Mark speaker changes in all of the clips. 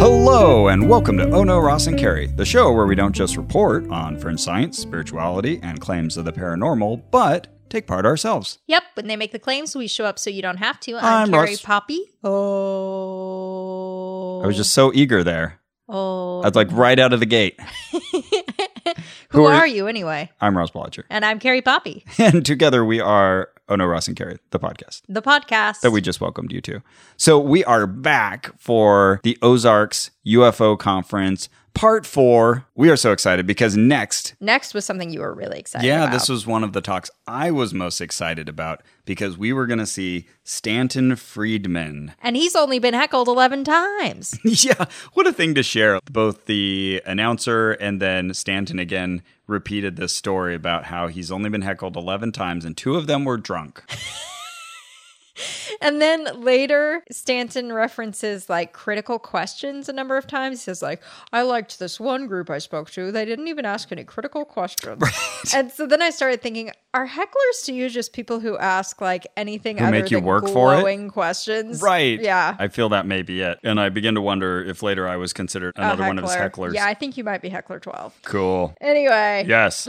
Speaker 1: Hello, and welcome to Oh No, Ross and Carrie, the show where we don't just report on fringe science, spirituality, and claims of the paranormal, but take part ourselves.
Speaker 2: Yep, when they make the claims, we show up so you don't have to.
Speaker 1: I'm
Speaker 2: I'm, Carrie
Speaker 1: Russ.
Speaker 2: Poppy. Oh.
Speaker 1: I was just so eager there.
Speaker 2: Oh.
Speaker 1: I'd like right out of the gate.
Speaker 2: Who,
Speaker 1: who are-
Speaker 2: are you anyway?
Speaker 1: I'm Ross Blotcher.
Speaker 2: And I'm Carrie Poppy,
Speaker 1: And together we are Oh No, Ross and Carrie, the podcast
Speaker 2: the podcast.
Speaker 1: that we just welcomed you to. So we are back for the Ozarks UFO Conference, part four. We are so excited because next
Speaker 2: Next was something you were really excited
Speaker 1: Yeah,
Speaker 2: about.
Speaker 1: this was one of the talks I was most excited about because we were going to see Stanton Friedman.
Speaker 2: And he's only been heckled 11 times.
Speaker 1: yeah, what a thing to share. Both the announcer and then Stanton again repeated this story about how he's only been heckled 11 times and two of them were drunk.
Speaker 2: And then later, Stanton references like critical questions a number of times. He says, like, I liked this one group I spoke to. They didn't even ask any critical questions. And so then I started thinking, are hecklers to you just people who ask like anything
Speaker 1: Who
Speaker 2: other
Speaker 1: make you
Speaker 2: than
Speaker 1: work for it?
Speaker 2: glowing questions?
Speaker 1: right.
Speaker 2: Yeah.
Speaker 1: I feel that may be it. And I begin to wonder if later I was considered
Speaker 2: A
Speaker 1: another one of his
Speaker 2: heckler.
Speaker 1: hecklers.
Speaker 2: Yeah, I think you might be heckler 12.
Speaker 1: Cool.
Speaker 2: Anyway,
Speaker 1: Yes.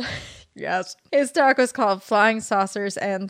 Speaker 2: yes. His talk was called Flying Saucers and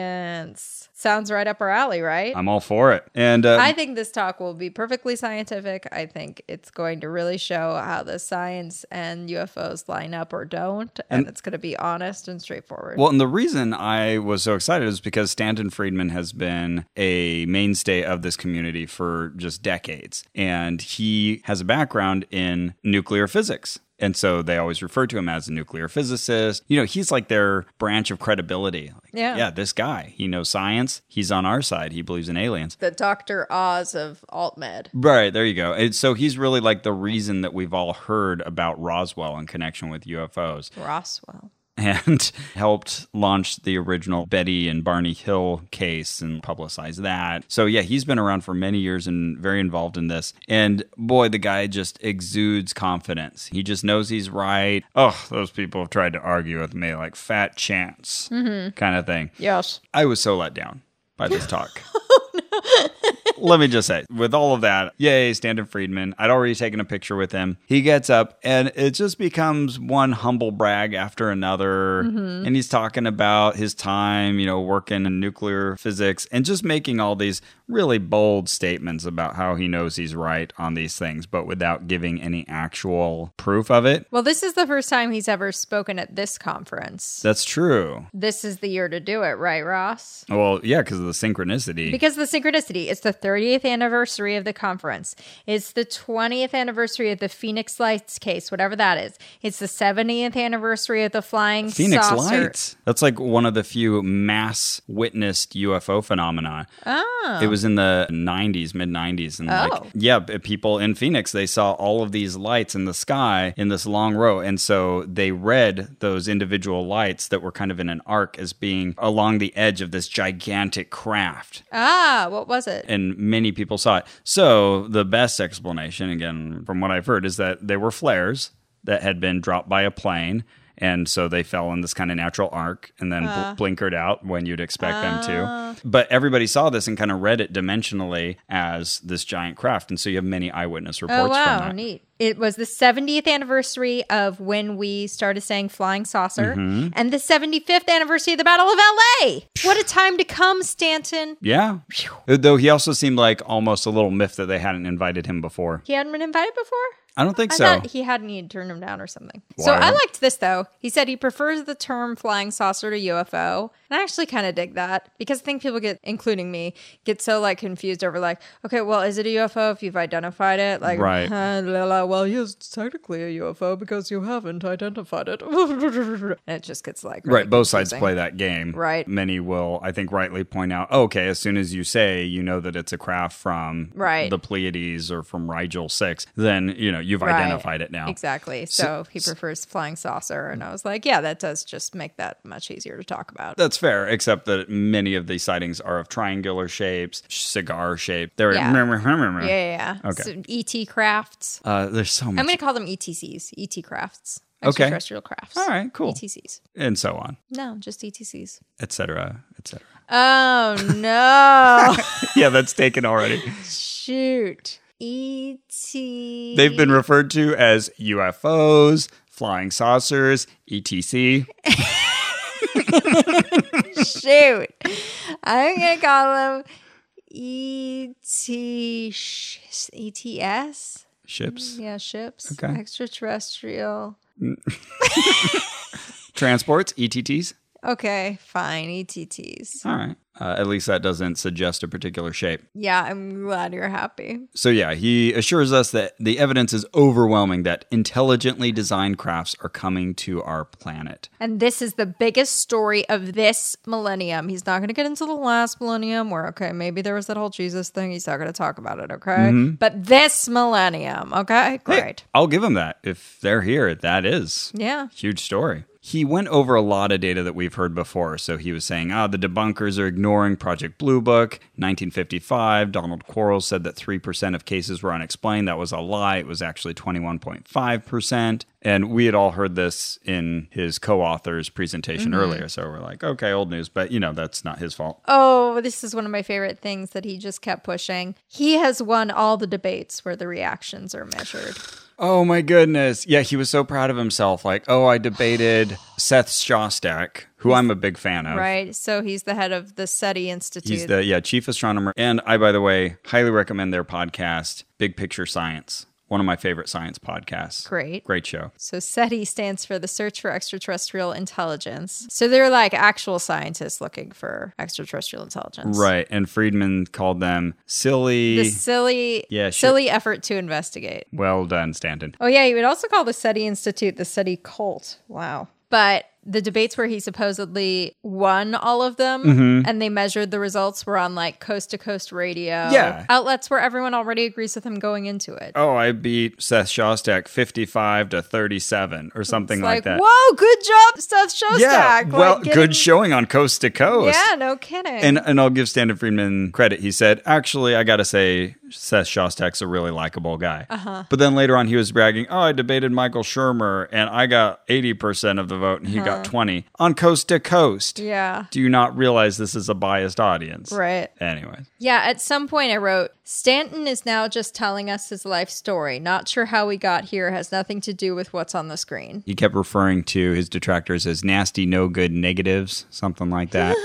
Speaker 2: Science. Sounds right up our alley, right?
Speaker 1: I'm all for it. And uh,
Speaker 2: I think this talk will be perfectly scientific. I think it's going to really show how the science and UFOs line up or don't, and, it's going to be honest and straightforward.
Speaker 1: Well, and the reason I was so excited is because Stanton Friedman has been a mainstay of this community for just decades. And he has a background in nuclear physics. And so they always refer to him as a nuclear physicist. You know, he's like their branch of credibility. Like,
Speaker 2: Yeah.
Speaker 1: Yeah, this guy, he knows science. He's on our side. He believes in aliens.
Speaker 2: the Dr. Oz of AltMed.
Speaker 1: Right, there you go. And so he's really like the reason that we've all heard about Roswell in connection with UFOs
Speaker 2: Roswell.
Speaker 1: and helped launch the original Betty and Barney Hill case and publicize that. So, yeah, he's been around for many years and very involved in this. And boy, the guy just exudes confidence. He just knows he's right. Oh, those people have tried to argue with me like fat chance kind of thing.
Speaker 2: Yes.
Speaker 1: I was so let down by this talk. Let me just say, with all of that, yay, Stanton Friedman. I'd already taken a picture with him. He gets up and it just becomes one humble brag after another. And he's talking about his time, you know, working in nuclear physics and just making all these really bold statements about how he knows he's right on these things, but without giving any actual proof of it.
Speaker 2: Well, this is the first time he's ever spoken at this conference.
Speaker 1: That's true.
Speaker 2: This is the year to do it, right, Ross?
Speaker 1: Well, yeah, because of the synchronicity.
Speaker 2: Because of the synchronicity, it's the 30th anniversary of the conference. It's the 20th anniversary of the Phoenix Lights case, whatever that is. It's the 70th anniversary of the flying
Speaker 1: Phoenix
Speaker 2: saucer.
Speaker 1: Lights. That's like one of the few mass witnessed UFO phenomena.
Speaker 2: Oh,
Speaker 1: It was in the 90s, mid 90s. And like,
Speaker 2: Oh.
Speaker 1: yeah, p- people in Phoenix, they saw all of these lights in the sky in this long row. And so they read those individual lights that were kind of in an arc as being along the edge of this gigantic craft.
Speaker 2: ah, what was it?
Speaker 1: And many people saw it. So the best explanation, again, from what I've heard, is that they were flares that had been dropped by a plane. And so they fell in this kind of natural arc and then bl-
Speaker 2: Uh.
Speaker 1: blinkered out when you'd expect
Speaker 2: Ah.
Speaker 1: them to. But everybody saw this and kind of read it dimensionally as this giant craft. And so you have many eyewitness reports
Speaker 2: Oh,
Speaker 1: from
Speaker 2: wow,
Speaker 1: that.
Speaker 2: neat. It was the 70th anniversary of when we started saying flying saucer
Speaker 1: Mm-hmm.
Speaker 2: and the 75th anniversary of the Battle of LA. What a time to come, Stanton.
Speaker 1: Yeah. Though he also seemed like almost a little miffed that they hadn't invited him before.
Speaker 2: He hadn't been invited before?
Speaker 1: I don't think
Speaker 2: I
Speaker 1: so.
Speaker 2: thought he hadn't even turned him down or something. So
Speaker 1: Why?
Speaker 2: I liked this though. He said he prefers the term flying saucer to UFO. And I actually kind of dig that because I think people get, including me, get so like confused over like, okay, well, is it a UFO if you've identified it? Like,
Speaker 1: Right.
Speaker 2: "Huh, la, la, well, yes, it's technically a UFO because you haven't identified it. and it just gets like, really
Speaker 1: Right, both sides
Speaker 2: confusing.
Speaker 1: play that game.
Speaker 2: Right.
Speaker 1: Many will, I think, rightly point out, oh, okay, as soon as you say you know that it's a craft from
Speaker 2: Right.
Speaker 1: the Pleiades or from Rigel 6, then, you know, you've
Speaker 2: Right.
Speaker 1: identified it now.
Speaker 2: Exactly. So, he prefers flying saucer. And I was like, yeah, that does just make that much easier to talk about.
Speaker 1: That's fair, except that many of these sightings are of triangular shapes, cigar shape. They're
Speaker 2: Yeah.
Speaker 1: yeah.
Speaker 2: yeah, yeah, yeah.
Speaker 1: Okay.
Speaker 2: So ET crafts.
Speaker 1: Uh, there's so
Speaker 2: I'm
Speaker 1: much.
Speaker 2: E going to call them ETCs, ET crafts. extraterrestrial crafts.
Speaker 1: All right, cool.
Speaker 2: ETCs.
Speaker 1: And so on,
Speaker 2: No, just ETCs.
Speaker 1: et cetera, et cetera.
Speaker 2: Oh no.
Speaker 1: yeah, that's taken already.
Speaker 2: Shoot. E ET.
Speaker 1: They've been referred to as UFOs, flying saucers, E etc.
Speaker 2: Shoot. I'm going to call them ET. sh- ETS?
Speaker 1: Ships,
Speaker 2: Yeah, ships.
Speaker 1: Okay.
Speaker 2: Extraterrestrial.
Speaker 1: transports, ETTs.
Speaker 2: Okay, fine. E ETTs.
Speaker 1: All right. Uh, at least that doesn't suggest a particular shape.
Speaker 2: Yeah, I'm glad you're happy.
Speaker 1: So, yeah, he assures us that the evidence is overwhelming that intelligently designed crafts are coming to our planet.
Speaker 2: And this is the biggest story of this millennium. He's not going to get into the last millennium where, okay, maybe there was that whole Jesus thing. He's not going to talk about it, okay? But this millennium, okay?
Speaker 1: Mm-hmm. Hey,
Speaker 2: Great.
Speaker 1: I'll give him that. If they're here, that is.
Speaker 2: Yeah.
Speaker 1: Huge story. He went over a lot of data that we've heard before. So he was saying, ah, the debunkers are ignoring Project Blue Book, 1955. Donald Quarles said that 3% of cases were unexplained. That was a lie. It was actually 21.5%. And we had all heard this in his co author's presentation earlier. So we're like, okay, old news. But, you know, that's not his fault.
Speaker 2: Oh, this is one of my favorite things that he just kept pushing. He has won all the debates where the reactions are measured.
Speaker 1: Oh my goodness. Yeah, he was so proud of himself. Like, oh, I debated Seth Shostak, who I'm a big fan of.
Speaker 2: Right? So he's the head of the SETI Institute.
Speaker 1: He's the yeah chief astronomer, and I, by the way, highly recommend their podcast, Big Picture Science. One of my favorite science podcasts.
Speaker 2: Great.
Speaker 1: great show.
Speaker 2: So SETI stands for the Search for Extraterrestrial Intelligence. So they're like actual scientists looking for extraterrestrial intelligence.
Speaker 1: Right, and Friedman called them silly.
Speaker 2: The silly
Speaker 1: Yeah, sure.
Speaker 2: silly effort to investigate.
Speaker 1: well done, Stanton.
Speaker 2: Oh yeah, you would also call the SETI Institute the SETI cult. Wow. But the debates where he supposedly won all of them
Speaker 1: Mm-hmm.
Speaker 2: and they measured the results were on like coast to coast radio.
Speaker 1: Yeah.
Speaker 2: Outlets where everyone already agrees with him going into it.
Speaker 1: Oh, I beat Seth Shostak fifty-five to thirty-seven or something
Speaker 2: It's
Speaker 1: like,
Speaker 2: like,
Speaker 1: that.
Speaker 2: whoa, good job, Seth Shostak.
Speaker 1: Yeah,
Speaker 2: Like,
Speaker 1: well,
Speaker 2: get him-
Speaker 1: good showing on coast to coast.
Speaker 2: Yeah, no kidding.
Speaker 1: And, and I'll give Stanton Friedman credit. He said, actually, I got to say, Seth Shostak's a really likable guy. Uh-huh. But then later on, he was bragging, oh, I debated Michael Shermer and I got 80% of the vote and he got 20 on coast to coast.
Speaker 2: Uh-huh. yeah.
Speaker 1: Do you not realize this is a biased audience?
Speaker 2: Right.
Speaker 1: Anyway,
Speaker 2: Yeah, at some point I wrote, Stanton is now just telling us his life story. Not sure how we got here, has nothing to do with what's on the screen.
Speaker 1: he kept referring to his detractors as nasty, no good negatives, something like that.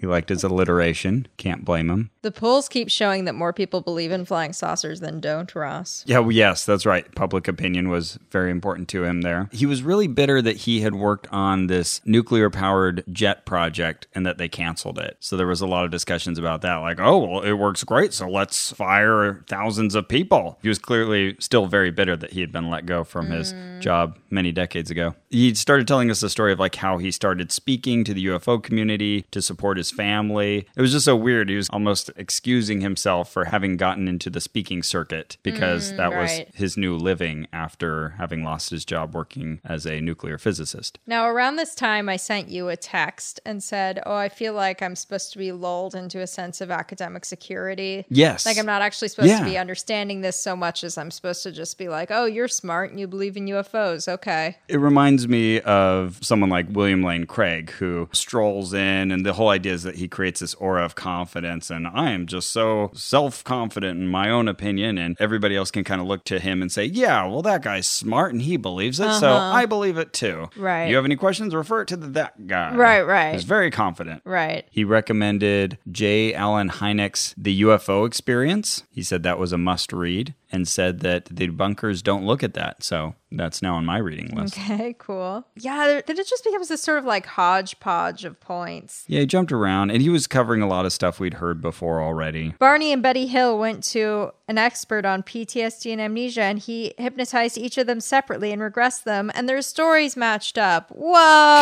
Speaker 1: he liked his alliteration. Can't blame him.
Speaker 2: The polls keep showing that more people believe in flying saucers than don't, Ross.
Speaker 1: Yeah, well, yes, that's right. Public opinion was very important to him there. He was really bitter that he had worked on this nuclear powered jet project and that they canceled it. So there was a lot of discussions about that. Like, oh, well, it works great. So let's fire thousands of people. He was clearly still very bitter that he had been let go from his job many decades ago. He started telling us the story of like how he started speaking to the UFO community to support his family. It was just so weird. He was almost excusing himself for having gotten into the speaking circuit because that
Speaker 2: right.
Speaker 1: was his new living after having lost his job working as a nuclear physicist.
Speaker 2: Now, around this time, I sent you a text and said, Oh, I feel like I'm supposed to be lulled into a sense of academic security.
Speaker 1: Yes.
Speaker 2: Like, I'm not actually supposed
Speaker 1: Yeah.
Speaker 2: to be understanding this so much as I'm supposed to just be like, Oh, you're smart and you believe in UFOs. Okay.
Speaker 1: It reminds me of someone like William Lane Craig who strolls in, and the whole idea is that he creates this aura of confidence. And I am just so self confident in my own opinion, and everybody else can kind of look to him and say, Yeah, well, that guy's smart and he believes it, so I believe it too.
Speaker 2: Uh-huh. Right.
Speaker 1: You have any questions? Refer it to the, that guy.
Speaker 2: Right, right.
Speaker 1: He's very confident.
Speaker 2: Right.
Speaker 1: He recommended J. Allen Hynek's The UFO Experience. He said that was a must read and said that the bunkers don't look at that. So that's now on my reading list.
Speaker 2: Okay, cool. Yeah, there- then it just becomes this sort of like hodgepodge of points.
Speaker 1: Yeah, he jumped around and he was covering a lot of stuff we'd heard before already.
Speaker 2: Barney and Betty Hill went to an expert on PTSD and amnesia, and he hypnotized each of them separately and regressed them, and their stories matched up.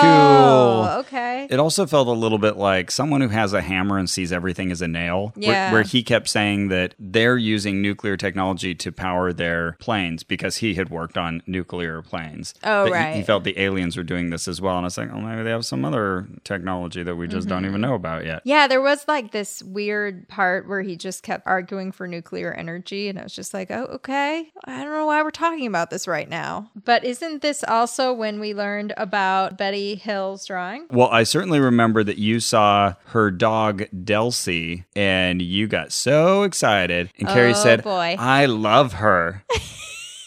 Speaker 2: Whoa.
Speaker 1: Cool.
Speaker 2: Okay.
Speaker 1: It also felt a little bit like someone who has a hammer and sees everything as a nail, where-
Speaker 2: Yeah.
Speaker 1: where, he kept saying that they're using nuclear technology to power their planes because he had worked on nuclear planes. That
Speaker 2: Oh,
Speaker 1: he- He,
Speaker 2: right.
Speaker 1: felt the aliens were doing this as well. And I was like, oh, maybe they have some other technology that we just
Speaker 2: Mm-hmm.
Speaker 1: don't even know about yet.
Speaker 2: Yeah, there was like this weird part where he just kept arguing for nuclear energy. And I was just like, oh, okay. I don't know why we're talking about this right now. But isn't this also when we learned about Betty Hill's drawing?
Speaker 1: Well, I certainly remember that you saw her dog Delcy and you got so excited. And Carrie
Speaker 2: Oh,
Speaker 1: said,
Speaker 2: boy.
Speaker 1: I love her.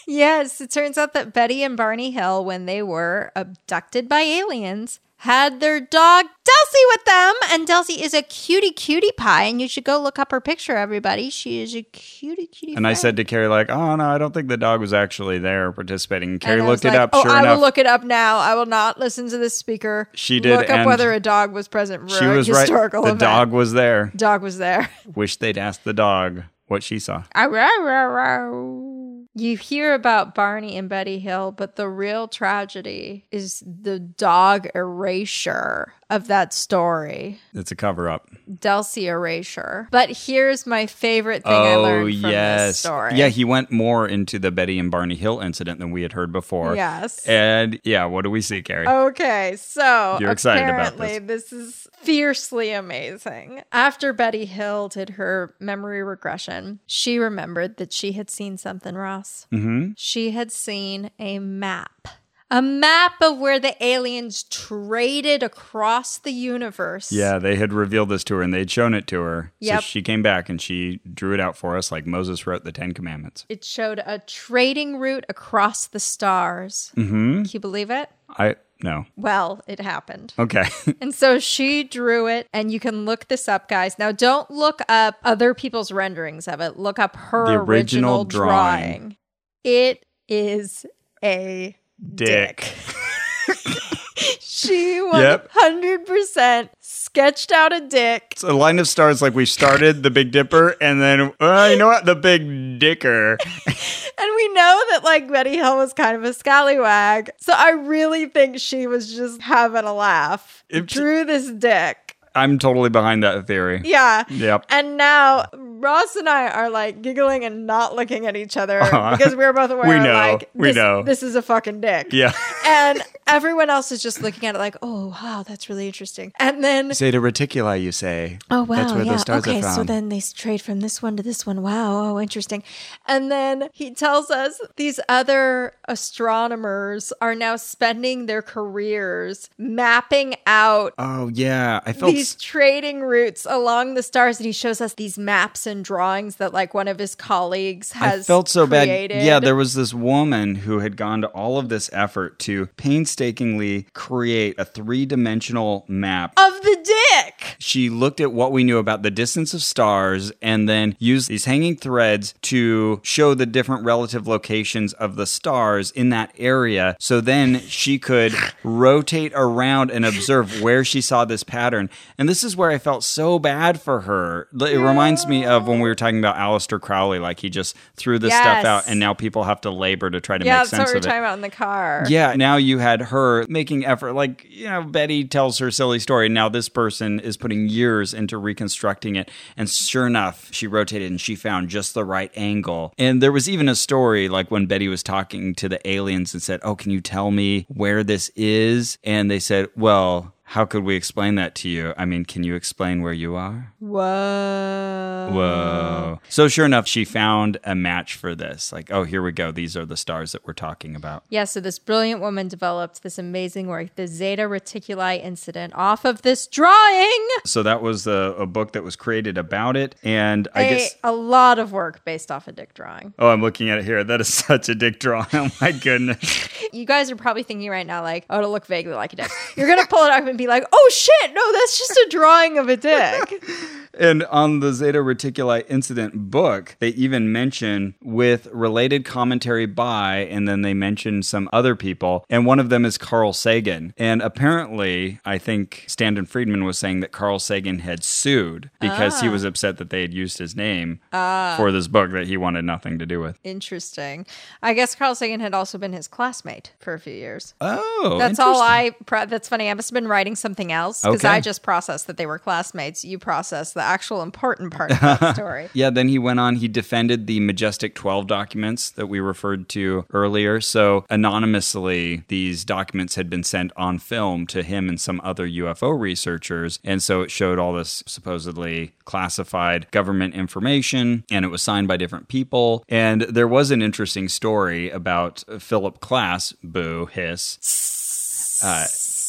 Speaker 2: Yes, it turns out that Betty and Barney Hill, when they were abducted by aliens, had their dog Delcy with them. And Delcy is a cutie cutie pie. And you should go look up her picture, everybody. She is a cutie cutie
Speaker 1: And I
Speaker 2: pie.
Speaker 1: said to Carrie, like, oh no, I don't think the dog was actually there participating. And Carrie
Speaker 2: And I was
Speaker 1: looked it
Speaker 2: like,
Speaker 1: up.
Speaker 2: Oh,
Speaker 1: sure
Speaker 2: I
Speaker 1: enough,
Speaker 2: will look it up now. I will not listen to this speaker.
Speaker 1: She did,
Speaker 2: look up
Speaker 1: and
Speaker 2: whether a dog was present for
Speaker 1: she
Speaker 2: a
Speaker 1: was right.
Speaker 2: historical
Speaker 1: The
Speaker 2: event.
Speaker 1: dog was there.
Speaker 2: dog was there.
Speaker 1: Wish they'd asked the dog what she saw.
Speaker 2: Ah, rah, rah, rah. You hear about Barney and Betty Hill, but the real tragedy is the dog erasure of that story,
Speaker 1: It's a cover up.
Speaker 2: Delcy erasure. But here's my favorite thing I learned from this story.
Speaker 1: Oh, Yeah, he went more into the Betty and Barney Hill incident than we had heard before.
Speaker 2: yes.
Speaker 1: And yeah, what do we see,
Speaker 2: Oh,
Speaker 1: Carrie?
Speaker 2: Okay, so
Speaker 1: You're excited about
Speaker 2: apparently this. is fiercely amazing. After Betty Hill did her memory regression, she remembered that she had seen something, Ross.
Speaker 1: Mm-hmm.
Speaker 2: She had seen a map. A map of where the aliens traded across the universe.
Speaker 1: Yeah, they had revealed this to her and they'd shown it to her.
Speaker 2: Yep.
Speaker 1: So she came back and she drew it out for us like Moses wrote the Ten Commandments.
Speaker 2: It showed a trading route across the stars.
Speaker 1: Mm-hmm.
Speaker 2: Can you believe it?
Speaker 1: I no.
Speaker 2: Well, it happened.
Speaker 1: Okay.
Speaker 2: And so she drew it, and you can look this up, guys. Now, don't look up other people's renderings of it. Look up her
Speaker 1: The
Speaker 2: original,
Speaker 1: original
Speaker 2: drawing.
Speaker 1: drawing.
Speaker 2: It is a
Speaker 1: Dick.
Speaker 2: she
Speaker 1: Yep.
Speaker 2: 100% sketched out a dick.
Speaker 1: It's a line of stars like we started the Big Dipper and then uh, you know what? The Big Dicker.
Speaker 2: And we know that, like, Betty Hill was kind of a scallywag. So I really think she was just having a laugh.
Speaker 1: If-
Speaker 2: drew this dick.
Speaker 1: I'm totally behind that theory.
Speaker 2: Yeah.
Speaker 1: Yep.
Speaker 2: And now Ross and I are like giggling and not looking at each other
Speaker 1: Uh-huh.
Speaker 2: because we're both aware.
Speaker 1: We know.
Speaker 2: Like,
Speaker 1: We
Speaker 2: this-
Speaker 1: know.
Speaker 2: This is a fucking dick.
Speaker 1: Yeah.
Speaker 2: And everyone else is just looking at it like, oh wow, that's really interesting. And then
Speaker 1: Say to reticuli, you say.
Speaker 2: Oh wow!
Speaker 1: That's where
Speaker 2: yeah.
Speaker 1: those stars are
Speaker 2: okay, so
Speaker 1: found.
Speaker 2: then they trade from this one to this one. Wow! Oh, interesting. And then he tells us these other astronomers are now spending their careers mapping out
Speaker 1: Oh yeah. I felt
Speaker 2: these trading routes along the stars and he shows us these maps and drawings that like one of his colleagues
Speaker 1: I
Speaker 2: has
Speaker 1: felt so
Speaker 2: created.
Speaker 1: bad. Yeah, there was this woman who had gone to all of this effort to painstakingly create a three dimensional map.
Speaker 2: of the dick
Speaker 1: She looked at what we knew about the distance of stars and then used these hanging threads to show the different relative locations of the stars in that area. So then she could rotate around and observe where she saw this pattern. And this is where I felt so bad for her. It reminds me of when we were talking about Aleister Crowley, like he just threw this
Speaker 2: Yes.
Speaker 1: stuff out and now people have to labor to try to
Speaker 2: yeah
Speaker 1: make
Speaker 2: that's what
Speaker 1: sense
Speaker 2: we were
Speaker 1: of it.
Speaker 2: talking about in the car
Speaker 1: Yeah, now you had her making effort. Like, you know, Betty tells her silly story. Now this person is putting years into reconstructing it. And sure enough, she rotated and she found just the right angle. And there was even a story like when Betty was talking to the aliens and said, Oh, can you tell me where this is? And they said, Well, how could we explain that to you? I mean, can you explain where you are?
Speaker 2: whoa
Speaker 1: Whoa. So, sure enough, she found a match for this. Like, oh, here we go. These are the stars that we're talking about.
Speaker 2: yeah, so this brilliant woman developed this amazing work, the Zeta Reticuli incident, off of this drawing.
Speaker 1: So that was a, a book that was created about it. And I
Speaker 2: a,
Speaker 1: guess,
Speaker 2: a lot of work based off a dick drawing.
Speaker 1: oh, I'm looking at it here. That is such a dick drawing. Oh my goodness.
Speaker 2: You guys are probably thinking right now, like, oh, it'll look vaguely like a dick. You're gonna pull it up and be like, oh shit, no, that's just a drawing of a dick.
Speaker 1: and on the Zeta Reticuli Incident book, they even mention with related commentary by, and then they mention some other people. And one of them is Carl Sagan. And apparently, I think Stanton Friedman was saying that Carl Sagan had sued because
Speaker 2: Ah.
Speaker 1: he was upset that they had used his name for this book that he wanted nothing to do with.
Speaker 2: Interesting. I guess Carl Sagan had also been his classmate for a few years.
Speaker 1: Oh,
Speaker 2: That's all
Speaker 1: interesting.
Speaker 2: I. Pro- that's funny. I must have been writing something else because
Speaker 1: Okay.
Speaker 2: I just processed that they were classmates. You processed actual important part of that story.
Speaker 1: Yeah, then he went on, he defended the Majestic 12 documents that we referred to earlier. So, anonymously, these documents had been sent on film to him and some other UFO researchers. And so it showed all this supposedly classified government information, and it was signed by different people. And there was an interesting story about Philip Class, boo, hiss. Uh,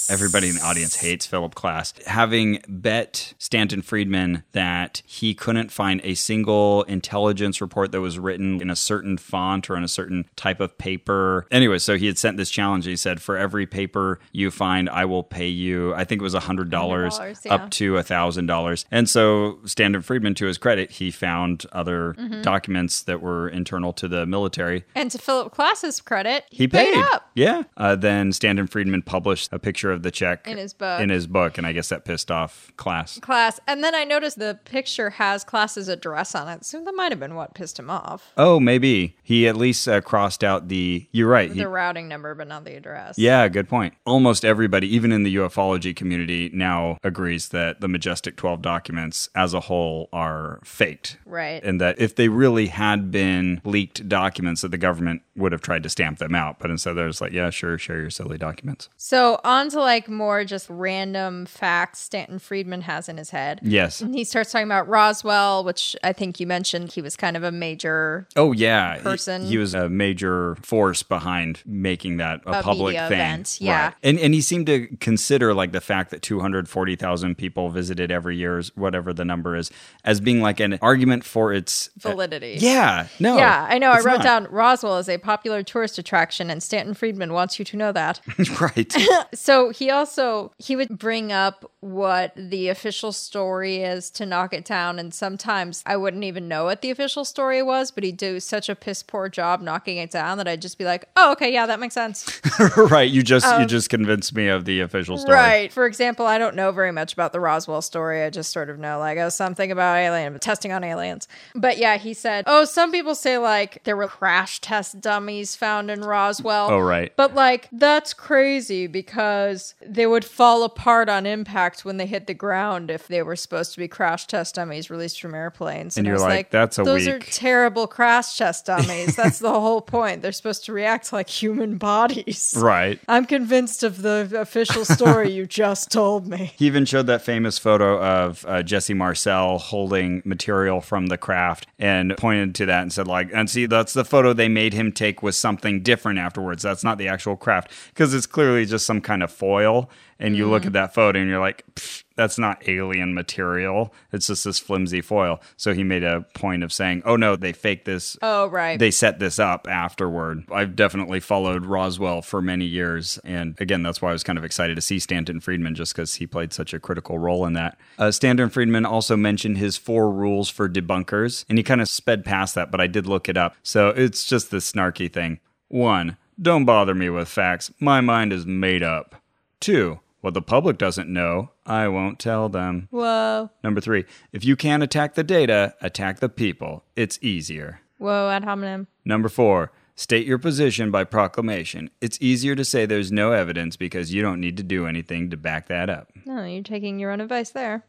Speaker 1: Everybody in the audience hates Philip Class. Having bet Stanton Friedman that he couldn't find a single intelligence report that was written in a certain font or on a certain type of paper. Anyway, so he had sent this challenge. He said, For every paper you find, I will pay you, I think it was $100,
Speaker 2: $100, yeah.
Speaker 1: up to $1,000. And so Stanton Friedman, to his credit, he found other documents that were internal to the military
Speaker 2: And to Philip Class's credit,
Speaker 1: he paid.
Speaker 2: up.
Speaker 1: Yeah. Uh, then Stanton Friedman published a picture of the check
Speaker 2: In his book.
Speaker 1: In his book, and I guess that pissed off class.
Speaker 2: Class, and then I noticed the picture has Class's address on it, so that might have been what pissed him off.
Speaker 1: Oh, maybe he at least uh, crossed out the. You're right. He,
Speaker 2: The routing number, but not the address.
Speaker 1: yeah, good point. Almost everybody, even in the ufology community, now agrees that the Majestic 12 documents as a whole are faked.
Speaker 2: Right.
Speaker 1: And that if they really had been leaked documents, that the government would have tried to stamp them out. But instead, they're just like, yeah, sure, share your silly documents.
Speaker 2: So on to like more just random facts Stanton Friedman has in his head.
Speaker 1: Yes.
Speaker 2: And he starts talking about Roswell, which I think you mentioned he was kind of a major
Speaker 1: Oh yeah, He-
Speaker 2: person.
Speaker 1: He, was a major force behind making that a,
Speaker 2: A
Speaker 1: public
Speaker 2: media
Speaker 1: thing.
Speaker 2: event, yeah.
Speaker 1: Right. and and he seemed to consider like the fact that two hundred forty thousand people visited every year, is- whatever the number is, as being like an argument for its uh,
Speaker 2: validity.
Speaker 1: Yeah, no,
Speaker 2: Yeah, I know. I
Speaker 1: it's
Speaker 2: wrote
Speaker 1: not.
Speaker 2: down Roswell is a popular tourist attraction, and Stanton Friedman wants you to know that.
Speaker 1: right.
Speaker 2: so he also he would bring up what the official story is to knock it down, and sometimes I wouldn't even know what the official story was, but he'd do such a piss poor job knocking it down that I'd just be like, "Oh, okay, yeah, that makes sense."
Speaker 1: right, you just you just convinced me of the official story.
Speaker 2: Um, Right. For example, I don't know very much about the Roswell story. I just sort of know, like, oh, something about alien testing on aliens. But yeah, he said, oh, some people say, like, there were crash test dummies found in Roswell.
Speaker 1: Oh, right.
Speaker 2: But, like, that's crazy because they would fall apart on impact when they hit the ground if they were supposed to be crash test dummies released from airplanes.
Speaker 1: And
Speaker 2: I
Speaker 1: you're
Speaker 2: was
Speaker 1: like, that's a
Speaker 2: Those are
Speaker 1: weak-
Speaker 2: terrible crash test dummies. that's the whole point. They're supposed to react like human bodies.
Speaker 1: right.
Speaker 2: I'm convinced of the official story you just told me.
Speaker 1: He even showed that famous photo of uh, Jesse Marcel holding material from the craft and pointed to that and said, like, and see, that's the photo they made him take with something different afterwards. That's not the actual craft because it's clearly just some kind of foil. And you look at that photo and you're like, "Pfft, that's not alien material. It's just this flimsy foil. So he made a point of saying, oh no, they faked this
Speaker 2: Oh, right.
Speaker 1: they set this up afterward. I've definitely followed Roswell for many years. And again, that's why I was kind of excited to see Stanton Friedman just because he played such a critical role in that. Uh, Stanton Friedman also mentioned his four rules for debunkers, and he kind of sped past that, but I did look it up. So it's just this snarky thing. One, don't bother me with facts. My mind is made up. Two, what the public doesn't know, I won't tell them.
Speaker 2: whoa.
Speaker 1: Number three, if you can't attack the data, attack the people. It's easier.
Speaker 2: Whoa, ad hominem.
Speaker 1: Number four, state your position by proclamation. It's easier to say there's no evidence because you don't need to do anything to back that up.
Speaker 2: No, you're taking your own advice there.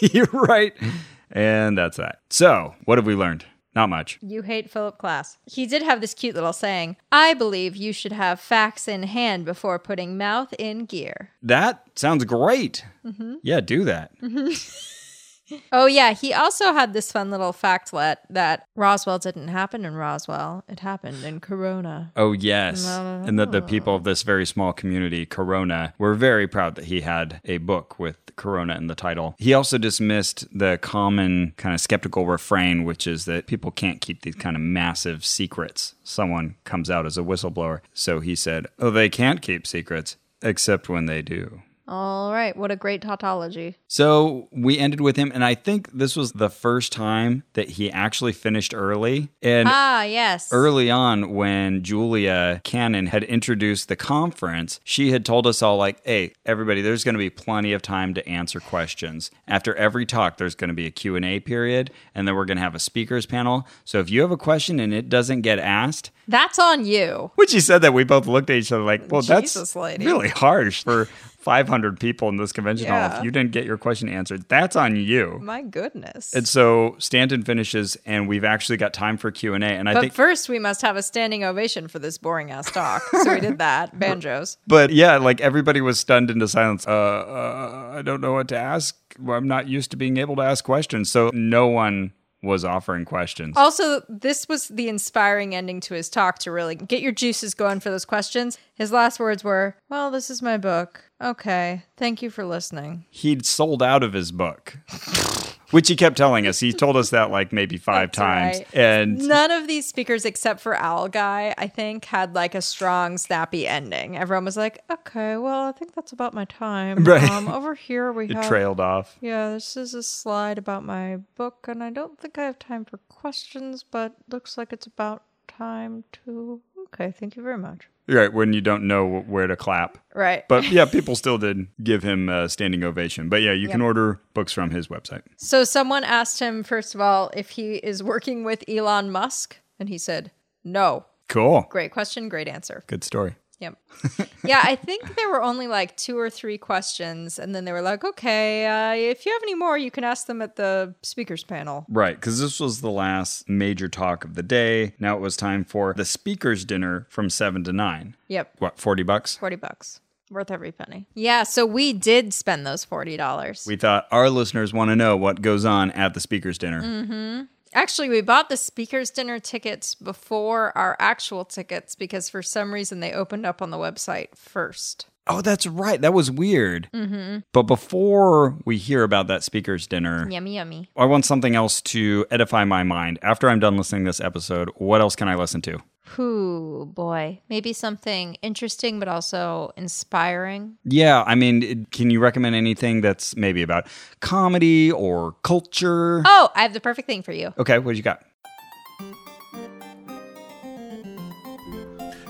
Speaker 1: You're right. And that's that. So, what have we learned? Not much.
Speaker 2: You hate Philip Glass. He did have this cute little saying I believe you should have facts in hand before putting mouth in gear.
Speaker 1: That sounds great. Yeah, do that.
Speaker 2: Oh, yeah. He also had this fun little factlet that Roswell didn't happen in Roswell, it happened in Corona.
Speaker 1: Oh, yes. And that the people of this very small community, Corona, were very proud that he had a book with Corona in the title. He also dismissed the common kind of skeptical refrain, which is that people can't keep these kind of massive secrets. Someone comes out as a whistleblower. So he said, Oh, they can't keep secrets, except when they do.
Speaker 2: All right. What a great tautology.
Speaker 1: So we ended with him, and I think this was the first time that he actually finished early. And
Speaker 2: Ah, yes.
Speaker 1: early on when Julia Cannon had introduced the conference, she had told us all like, "Hey, everybody, there's going to be plenty of time to answer questions. After every talk, there's going to be a Q&A period, and then we're going to have a speakers panel. So if you have a question and it doesn't get asked,
Speaker 2: That's on you.
Speaker 1: when she said that, we both looked at each other like, "Well, that's
Speaker 2: Jesus, lady.
Speaker 1: really harsh for 500 people in this convention hall.
Speaker 2: Yeah.
Speaker 1: If you didn't get your question answered, that's on you.
Speaker 2: My goodness.
Speaker 1: And so Stanton finishes, and we've actually got time for Q and A. And I
Speaker 2: but
Speaker 1: think,
Speaker 2: first, we must have a standing ovation for this boring ass talk. So we did that. Banjos.
Speaker 1: but yeah, like everybody was stunned into silence. Uh, uh, I don't know what to ask. I'm not used to being able to ask questions, so no one was offering questions.
Speaker 2: Also, this was the inspiring ending to his talk to really get your juices going for those questions. His last words were, Well, this is my book. Okay. Thank you for listening.
Speaker 1: he'd sold out of his book, which he kept telling us. He told us that like maybe five
Speaker 2: That's
Speaker 1: times.
Speaker 2: right.
Speaker 1: And
Speaker 2: None of these speakers, except for Owl Guy, I think, had like a strong, snappy ending. Everyone was like, Okay, well, I think that's about my time.
Speaker 1: Right.
Speaker 2: Um, over here, we
Speaker 1: it
Speaker 2: have.
Speaker 1: trailed off.
Speaker 2: Yeah, this is a slide about my book, and I don't think I have time for questions, but looks like it's about time to. Okay, thank you very much.
Speaker 1: Right. When you don't know wh- where to clap.
Speaker 2: Right.
Speaker 1: But yeah, people still did give him a standing ovation. But yeah, you can order books from his website.
Speaker 2: so someone asked him, first of all, if he is working with Elon Musk, and he said, no.
Speaker 1: Cool.
Speaker 2: Great question, great answer.
Speaker 1: Good story.
Speaker 2: Yep. yeah, I think there were only like two or three questions, and then they were like, okay, uh, if you have any more, you can ask them at the speakers panel.
Speaker 1: Right, because this was the last major talk of the day. Now it was time for the speaker's dinner from 7 to 9.
Speaker 2: Yep.
Speaker 1: What, 40 bucks?
Speaker 2: 40 bucks. Worth every penny. Yeah, so we did spend those $40.
Speaker 1: We thought our listeners want to know what goes on at the speaker's dinner.
Speaker 2: Actually, we bought the speakers dinner tickets before our actual tickets because for some reason they opened up on the website first.
Speaker 1: Oh, that's right. That was weird. But before we hear about that speaker's dinner,
Speaker 2: Yummy, yummy.
Speaker 1: I want something else to edify my mind. After I'm done listening to this episode, what else can I listen to?
Speaker 2: Whoo, boy. Maybe something interesting but also inspiring.
Speaker 1: Yeah, I mean, it- can you recommend anything that's maybe about comedy or culture?
Speaker 2: Oh, I have the perfect thing for you.
Speaker 1: Okay, what you got?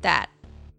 Speaker 2: That.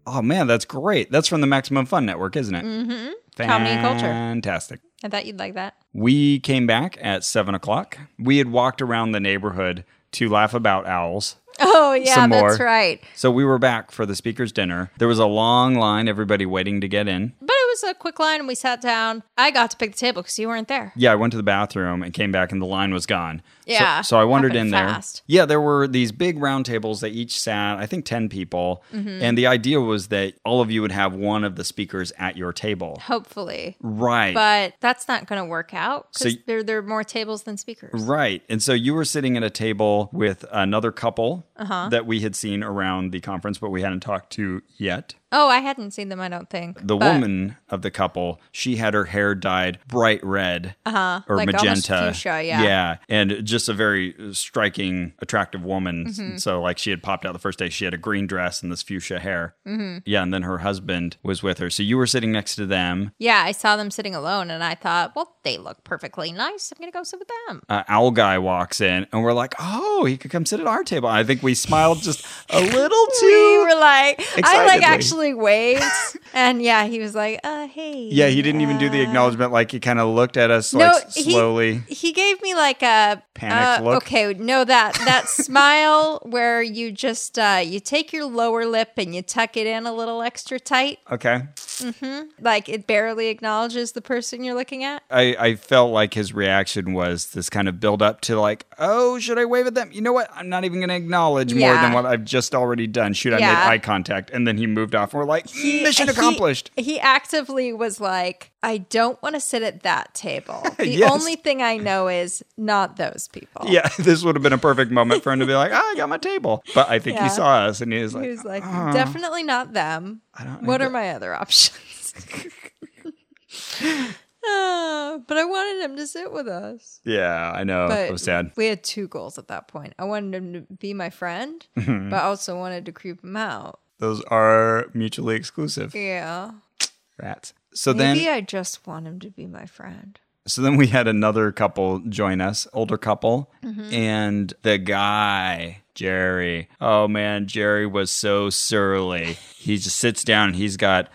Speaker 1: Oh man, that's great. That's from the Maximum Fun Network, isn't it? Mm-hmm.
Speaker 2: Comedy and culture.
Speaker 1: Fantastic.
Speaker 2: I thought you'd like that.
Speaker 1: We came back at seven o'clock. We had walked around the neighborhood to laugh about owls.
Speaker 2: Oh, yeah,
Speaker 1: Some
Speaker 2: that's
Speaker 1: more.
Speaker 2: right.
Speaker 1: So we were back for the speaker's dinner. There was a long line, everybody waiting to get in.
Speaker 2: But it was a quick line and we sat down. I got to pick the table because you weren't there.
Speaker 1: Yeah, I went to the bathroom and came back, and the line was gone. So-
Speaker 2: Yeah,
Speaker 1: So, I wandered in
Speaker 2: happened
Speaker 1: there.
Speaker 2: fast.
Speaker 1: Yeah, there were these big round tables. They each sat, I think, 10 people.
Speaker 2: Mm-hmm.
Speaker 1: And the idea was that all of you would have one of the speakers at your table.
Speaker 2: Hopefully.
Speaker 1: Right.
Speaker 2: But that's not going to work out
Speaker 1: So
Speaker 2: because
Speaker 1: y-
Speaker 2: there, there are more tables than speakers.
Speaker 1: Right. And so you were sitting at a table with another couple
Speaker 2: Uh-huh.
Speaker 1: that we had seen around the conference, but we hadn't talked to yet.
Speaker 2: Oh, I hadn't seen them, I don't think.
Speaker 1: The
Speaker 2: But-
Speaker 1: woman of the couple, she had her hair dyed bright red uh-huh, or
Speaker 2: like almost
Speaker 1: magenta.
Speaker 2: fuchsia, yeah.
Speaker 1: Yeah. And just a very uh, striking, attractive woman.
Speaker 2: Mm-hmm.
Speaker 1: So, like, she had popped out the first day. She had a green dress and this fuchsia hair. Mm-hmm. Yeah. And then her husband was with her. So you were sitting next to them.
Speaker 2: Yeah, I saw them sitting alone and I thought, well, they look perfectly nice. I'm going to go sit with them.
Speaker 1: uh, owl guy walks in and we're like, oh, he could come sit at our table. I think we smiled just a little
Speaker 2: We
Speaker 1: too.
Speaker 2: were like, I like
Speaker 1: excitedly.
Speaker 2: actually waved. and yeah, he was like, uh, hey.
Speaker 1: Yeah, he didn't even do the acknowledgement. Like he kind of looked at us like
Speaker 2: he-
Speaker 1: slowly.
Speaker 2: He, gave me like a
Speaker 1: Panicked
Speaker 2: uh,
Speaker 1: look?
Speaker 2: Okay, no that that smile where you just uh, you take your lower lip and you tuck it in a little extra tight,
Speaker 1: Okay.
Speaker 2: like it barely acknowledges the person you're looking at.
Speaker 1: I, I felt like his reaction was this kind of build up to like, oh, should I wave at them? You know what? I'm not even going to acknowledge more
Speaker 2: Yeah.
Speaker 1: than what I've just already done. Shoot, I
Speaker 2: Yeah.
Speaker 1: made eye contact. And then he moved off. We're like, mission
Speaker 2: he-
Speaker 1: accomplished.
Speaker 2: He, actively was like, I don't want to sit at that table. The
Speaker 1: Yes.
Speaker 2: only thing I know is not those people.
Speaker 1: yeah, this would have been a perfect moment for him to be like, ah, I got my table. But I think
Speaker 2: Yeah.
Speaker 1: he saw us and he was like,
Speaker 2: He was like, definitely not them. I
Speaker 1: Uh-huh. don't
Speaker 2: what are my other options? Uh, but I wanted him to sit with us.
Speaker 1: yeah, I know.
Speaker 2: But
Speaker 1: it Oh, was sad.
Speaker 2: we had two goals at that point. I wanted him to be my friend,
Speaker 1: Mm-hmm.
Speaker 2: but I also wanted to creep him out.
Speaker 1: Those are mutually exclusive.
Speaker 2: Yeah.
Speaker 1: Rats. So then
Speaker 2: Maybe I just want him to be my friend.
Speaker 1: So then we had another couple join us, older couple,
Speaker 2: Mm-hmm.
Speaker 1: and the guy, Jerry. Oh man, Jerry was so surly. He just sits down, he's got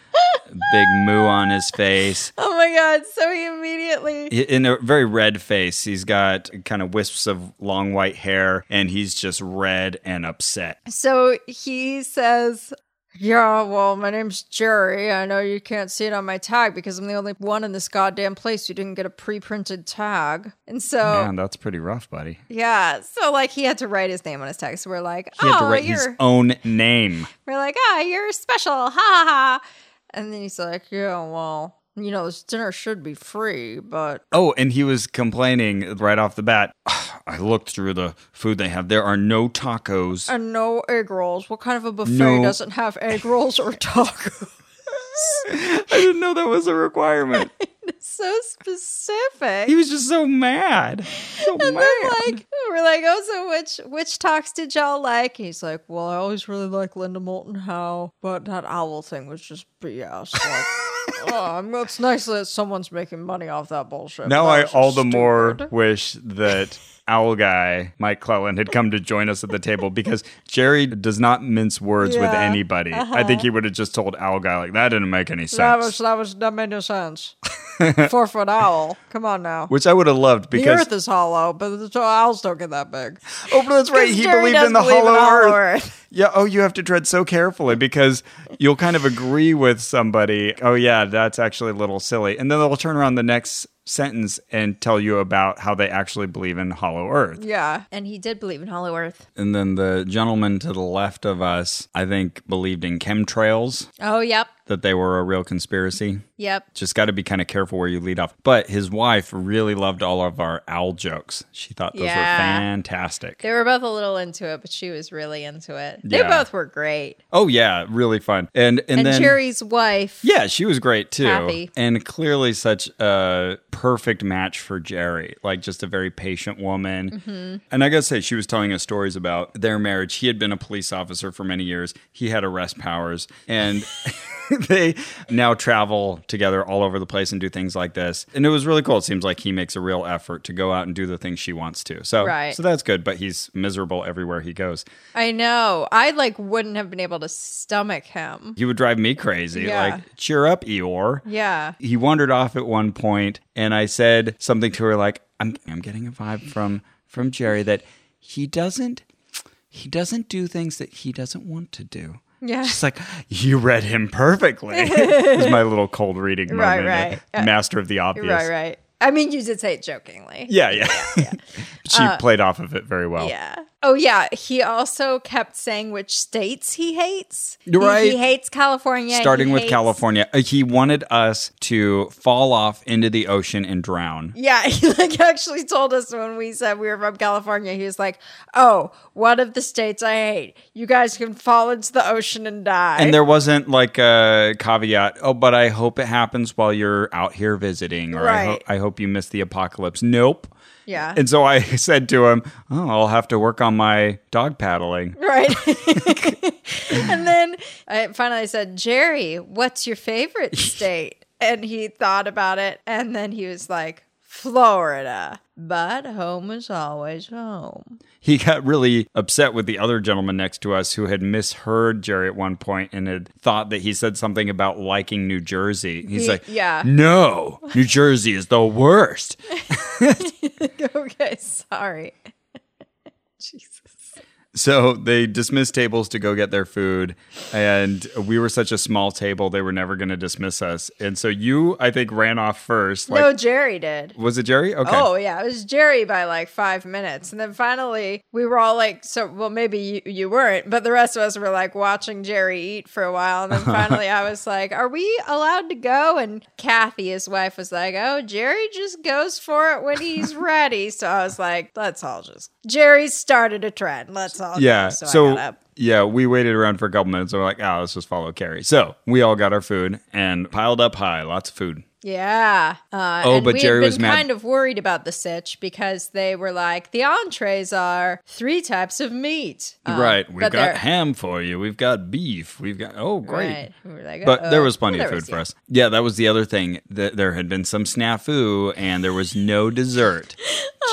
Speaker 1: a big moo on his face.
Speaker 2: Oh my God. So he immediately.
Speaker 1: In a very red face, he's got kind of wisps of long white hair, and he's just red and upset.
Speaker 2: So he says, Yeah, well, my name's Jerry. I know you can't see it on my tag because I'm the only one in this goddamn place who didn't get a pre printed tag. And so.
Speaker 1: Man, that's pretty rough, buddy.
Speaker 2: Yeah, so like he had to write his name on his tag. So we're like,
Speaker 1: He had to
Speaker 2: oh,
Speaker 1: write his
Speaker 2: you're,
Speaker 1: own name.
Speaker 2: we're like, ah, you're special, ha ha. ha. And then he's like, yeah, well, you know, this dinner should be free, but
Speaker 1: Oh, and he was complaining right off the bat. I looked through the food they have. There are no tacos.
Speaker 2: and uh, no egg rolls. What kind of a buffet
Speaker 1: No.
Speaker 2: doesn't have egg rolls or tacos?
Speaker 1: I didn't know that was a requirement.
Speaker 2: so specific.
Speaker 1: He was just so mad. So mad.
Speaker 2: We're like we're like, oh, so which which talks did y'all like? He's like, well, I always really like Linda Moulton Howe, but that owl thing was just BS. Like, oh, I mean, it's nice that someone's making money off that bullshit.
Speaker 1: now
Speaker 2: but
Speaker 1: I
Speaker 2: that was
Speaker 1: all the
Speaker 2: just
Speaker 1: more
Speaker 2: stupid.
Speaker 1: wish that Owl Guy, Mike Cleland, had come to join us at the table because Jerry does not mince words with
Speaker 2: Yeah, Uh-huh.
Speaker 1: anybody. I think he would have just told Owl Guy, like, that didn't make any
Speaker 2: That
Speaker 1: sense.
Speaker 2: was that was that made no sense. Four foot owl. Come on now.
Speaker 1: Which I would have loved
Speaker 2: the
Speaker 1: because.
Speaker 2: earth is hollow, but the so owls don't get that big.
Speaker 1: oh, no, that's right.
Speaker 2: 'Cause
Speaker 1: He
Speaker 2: Jerry
Speaker 1: believed in
Speaker 2: does
Speaker 1: the
Speaker 2: believe in
Speaker 1: hollow
Speaker 2: hollow
Speaker 1: earth.
Speaker 2: earth.
Speaker 1: Yeah. Oh, you have to tread so carefully because you'll kind of agree with somebody. Oh, yeah, that's actually a little silly. And then they'll turn around the next sentence and tell you about how they actually believe in hollow earth.
Speaker 2: Yeah. And he did believe in hollow earth.
Speaker 1: And then the gentleman to the left of us, I think, believed in chemtrails,
Speaker 2: Oh, yep.
Speaker 1: that they were a real conspiracy.
Speaker 2: Yep.
Speaker 1: Just got to be kind of careful where you lead off. But his wife really loved all of our owl jokes. She thought those
Speaker 2: Yeah.
Speaker 1: were fantastic.
Speaker 2: They were both a little into it, but she was really into it. They
Speaker 1: Yeah.
Speaker 2: both were great.
Speaker 1: oh, yeah, really fun. And and,
Speaker 2: And,
Speaker 1: then
Speaker 2: Jerry's wife.
Speaker 1: Yeah, she was great too.
Speaker 2: Happy.
Speaker 1: And clearly such a perfect match for Jerry. Like just a very patient woman.
Speaker 2: Mm-hmm.
Speaker 1: And I gotta say, she was telling us stories about their marriage. He had been a police officer for many years. He had arrest powers. And they now travel together all over the place and do things like this. And it was really cool. It seems like he makes a real effort to go out and do the things she wants to. So,
Speaker 2: Right.
Speaker 1: so that's good, but he's miserable everywhere he goes.
Speaker 2: I know. I like wouldn't have been able to stomach him.
Speaker 1: He would drive me crazy.
Speaker 2: Yeah.
Speaker 1: Like, cheer up, Eeyore.
Speaker 2: Yeah.
Speaker 1: he wandered off at one point and i said something to her like i'm, I'm getting a vibe from from jerry that he doesn't he doesn't do things that he doesn't want to do
Speaker 2: Yeah.
Speaker 1: She's like, you read him perfectly. it was my little cold reading moment.
Speaker 2: Right,
Speaker 1: uh,
Speaker 2: right.
Speaker 1: Master of the obvious.
Speaker 2: Right, right. I mean, you did say it jokingly.
Speaker 1: Yeah, yeah. But she played off of it very well.
Speaker 2: Uh, Yeah. Oh, yeah. He also kept saying which states he hates. He-
Speaker 1: Right.
Speaker 2: He, hates California. he
Speaker 1: Starting with
Speaker 2: hates-
Speaker 1: California, uh, he wanted us to fall off into the ocean and drown.
Speaker 2: Yeah, he like actually told us when we said we were from California. He was like, "Oh, one of the states I hate. You guys can fall into the ocean and die."
Speaker 1: And there wasn't like a caveat. Oh, but I hope it happens while you're out here visiting, or I, ho-
Speaker 2: Right.
Speaker 1: I hope you miss the apocalypse. Nope.
Speaker 2: yeah,
Speaker 1: And so I said to him, "Oh, I'll have to work on my dog paddling."
Speaker 2: right. and then I finally said, "Jerry, what's your favorite state?" and he thought about it, and then he was like, "Florida." But home is always home.
Speaker 1: He got really upset with the other gentleman next to us who had misheard Jerry at one point and had thought that he said something about liking New Jersey. He's
Speaker 2: He-
Speaker 1: like,
Speaker 2: yeah.
Speaker 1: no, New Jersey is the worst."
Speaker 2: okay, sorry. Jesus.
Speaker 1: So they dismissed tables to go get their food, and we were such a small table they were never going to dismiss us. And so you, I think, ran off first. Like,
Speaker 2: no, Jerry did.
Speaker 1: was it Jerry? Okay.
Speaker 2: Oh yeah, it was Jerry by like five minutes, and then finally we were all like, "So well, maybe you, you weren't, but the rest of us were like watching Jerry eat for a while." And then finally, I was like, "Are we allowed to go?" And Kathy, his wife, was like, "Oh, Jerry just goes for it when he's ready." So I was like, "Let's all just." Jerry started a trend. Let's all
Speaker 1: yeah.
Speaker 2: Go. So, I got
Speaker 1: So
Speaker 2: up.
Speaker 1: yeah, we waited around for a couple minutes. And we're like, oh, let's just follow Carrie. So we all got our food and piled up high, lots of food.
Speaker 3: Yeah. Uh,
Speaker 1: Oh,
Speaker 3: and
Speaker 1: but
Speaker 3: we
Speaker 1: Jerry
Speaker 3: had been
Speaker 1: was mad.
Speaker 3: kind of worried about the sitch because they were like, the entrees are three types of meat.
Speaker 2: Uh,
Speaker 3: Um,
Speaker 1: right. We've
Speaker 3: but they're-
Speaker 1: got ham for you. We've got beef. We've got oh great.
Speaker 3: Right. We were like,
Speaker 1: But there
Speaker 3: "Uh-oh."
Speaker 1: was plenty
Speaker 3: Oh, Well,
Speaker 1: of
Speaker 3: there
Speaker 1: food
Speaker 3: was,
Speaker 1: for
Speaker 3: yeah.
Speaker 1: us. Yeah, that was the other thing. That there had been some snafu and there was no dessert.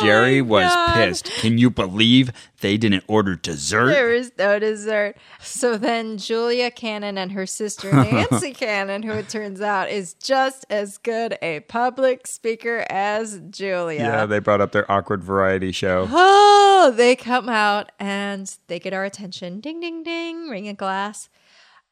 Speaker 1: Jerry was
Speaker 3: Oh, God.
Speaker 1: pissed. Can you believe they didn't order dessert?
Speaker 3: There is no dessert. So then Julia Cannon and her sister Nancy Cannon, who it turns out is just as good a public speaker as Julia.
Speaker 1: they brought up their awkward variety show.
Speaker 3: Oh, they come out and they get our attention. Ding, ding, ding, ring a glass.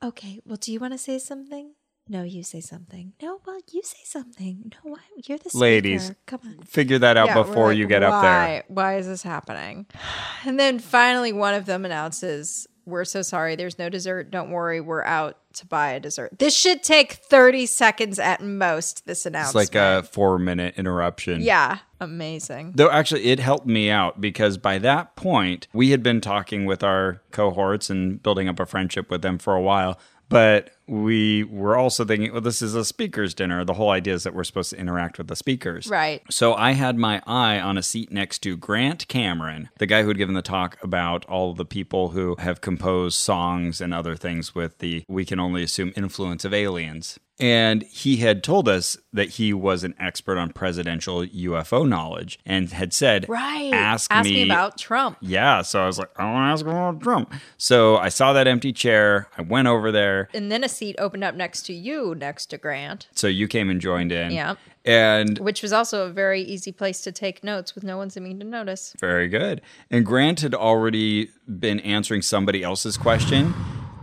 Speaker 3: Okay, well, do you want to say something? No, you say something. No, well, you say something. No, why? You're the speaker.
Speaker 1: Ladies,
Speaker 3: come on.
Speaker 1: Figure that out
Speaker 3: Yeah, we're
Speaker 1: before
Speaker 3: like,
Speaker 1: you get up there.
Speaker 3: "Why? Why is this happening? And then finally, one of them announces, "We're so sorry. There's no dessert. Don't worry. We're out to buy a dessert. This should take thirty seconds at most. This
Speaker 1: It's like
Speaker 3: announcement.
Speaker 1: a four minute interruption.
Speaker 3: yeah, amazing.
Speaker 1: Though actually, it helped me out because by that point, we had been talking with our cohorts and building up a friendship with them for a while. But we were also thinking, well, this is a speaker's dinner. The whole idea is that we're supposed to interact with the speakers.
Speaker 3: Right.
Speaker 1: So I had my eye on a seat next to Grant Cameron, the guy who had given the talk about all the people who have composed songs and other things with the, we can only assume, influence of aliens. And he had told us that he was an expert on presidential UFO knowledge and had said,
Speaker 3: Right.
Speaker 1: ask,
Speaker 3: me
Speaker 1: me
Speaker 3: about Trump.
Speaker 1: Yeah, so I was like, I want to ask him about Trump. So I saw that empty chair. I went over there.
Speaker 3: and then a seat opened up next to you next to Grant,
Speaker 1: So you came and joined in.
Speaker 3: Yep.
Speaker 1: And
Speaker 3: which was also a very easy place to take notes with no one seeming to notice.
Speaker 1: Very good. And Grant had already been answering somebody else's question.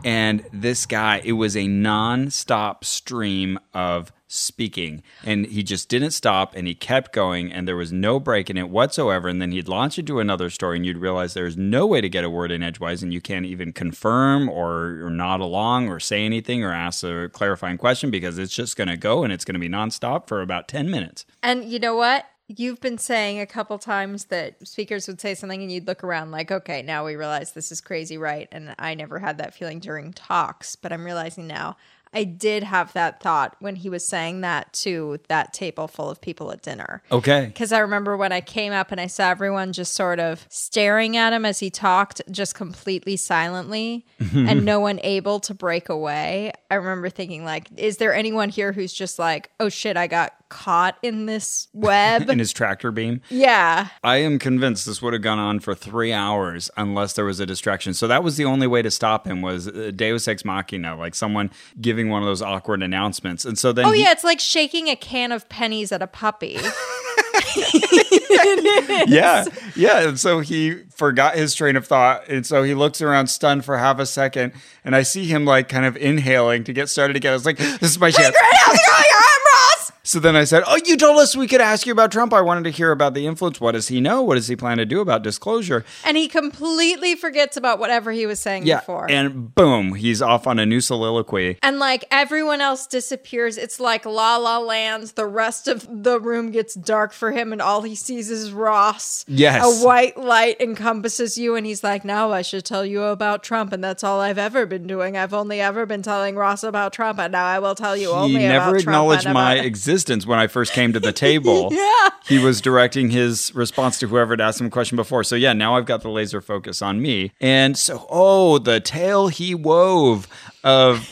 Speaker 1: And this guy, it was a non-stop stream of speaking. And he just didn't stop and he kept going and there was no break in it whatsoever. And then he'd launch into another story and you'd realize there's no way to get a word in edgewise and you can't even confirm or, or nod along or say anything or ask a clarifying question because it's just going to go and it's going to be nonstop for about 10 minutes.
Speaker 3: And you know what? You've been saying a couple times that speakers would say something and you'd look around like, okay, now we realize this is crazy, right? And I never had that feeling during talks, but I'm realizing now I did have that thought when he was saying that to that table full of people at dinner.
Speaker 1: Okay.
Speaker 3: Because I remember when I came up and I saw everyone just sort of staring at him as he talked, just completely silently, and no one able to break away. I remember thinking, like, is there anyone here who's just like, oh shit, I got caught in this web?
Speaker 1: In his tractor beam.
Speaker 3: yeah.
Speaker 1: I am convinced this would have gone on for three hours unless there was a distraction. So that was the only way to stop him was uh, Deus Ex Machina, like someone giving one of those awkward announcements. And so then,
Speaker 3: Oh,
Speaker 1: he-
Speaker 3: yeah, it's like shaking a can of pennies at a puppy.
Speaker 1: yeah, yeah. And so he forgot his train of thought, and so he looks around stunned for half a second, and I see him like kind of inhaling to get started again. I was like, "This is my chance."
Speaker 3: how's it going? I'm Ross.
Speaker 1: So then I said, "Oh, you told us we could ask you about Trump. I wanted to hear about the influence. What does he know? What does he plan to do about disclosure?"
Speaker 3: And he completely forgets about whatever he was saying
Speaker 1: Yeah,
Speaker 3: before.
Speaker 1: and boom, he's off on a new soliloquy.
Speaker 3: and like everyone else disappears. It's like La La Land. The rest of the room gets dark for him, and all he sees is Ross.
Speaker 1: Yes.
Speaker 3: a white light encompasses you, and he's like, "Now I should tell you about Trump, and that's all I've ever been doing. I've only ever been telling Ross about Trump, and now I will tell you
Speaker 1: he
Speaker 3: only about
Speaker 1: never
Speaker 3: Trump."
Speaker 1: acknowledged
Speaker 3: and
Speaker 1: my
Speaker 3: about-
Speaker 1: existence when I first came to the table. yeah. He was directing his response to whoever had asked him a question before. So yeah, now I've got the laser focus on me. And so oh, the tale he wove of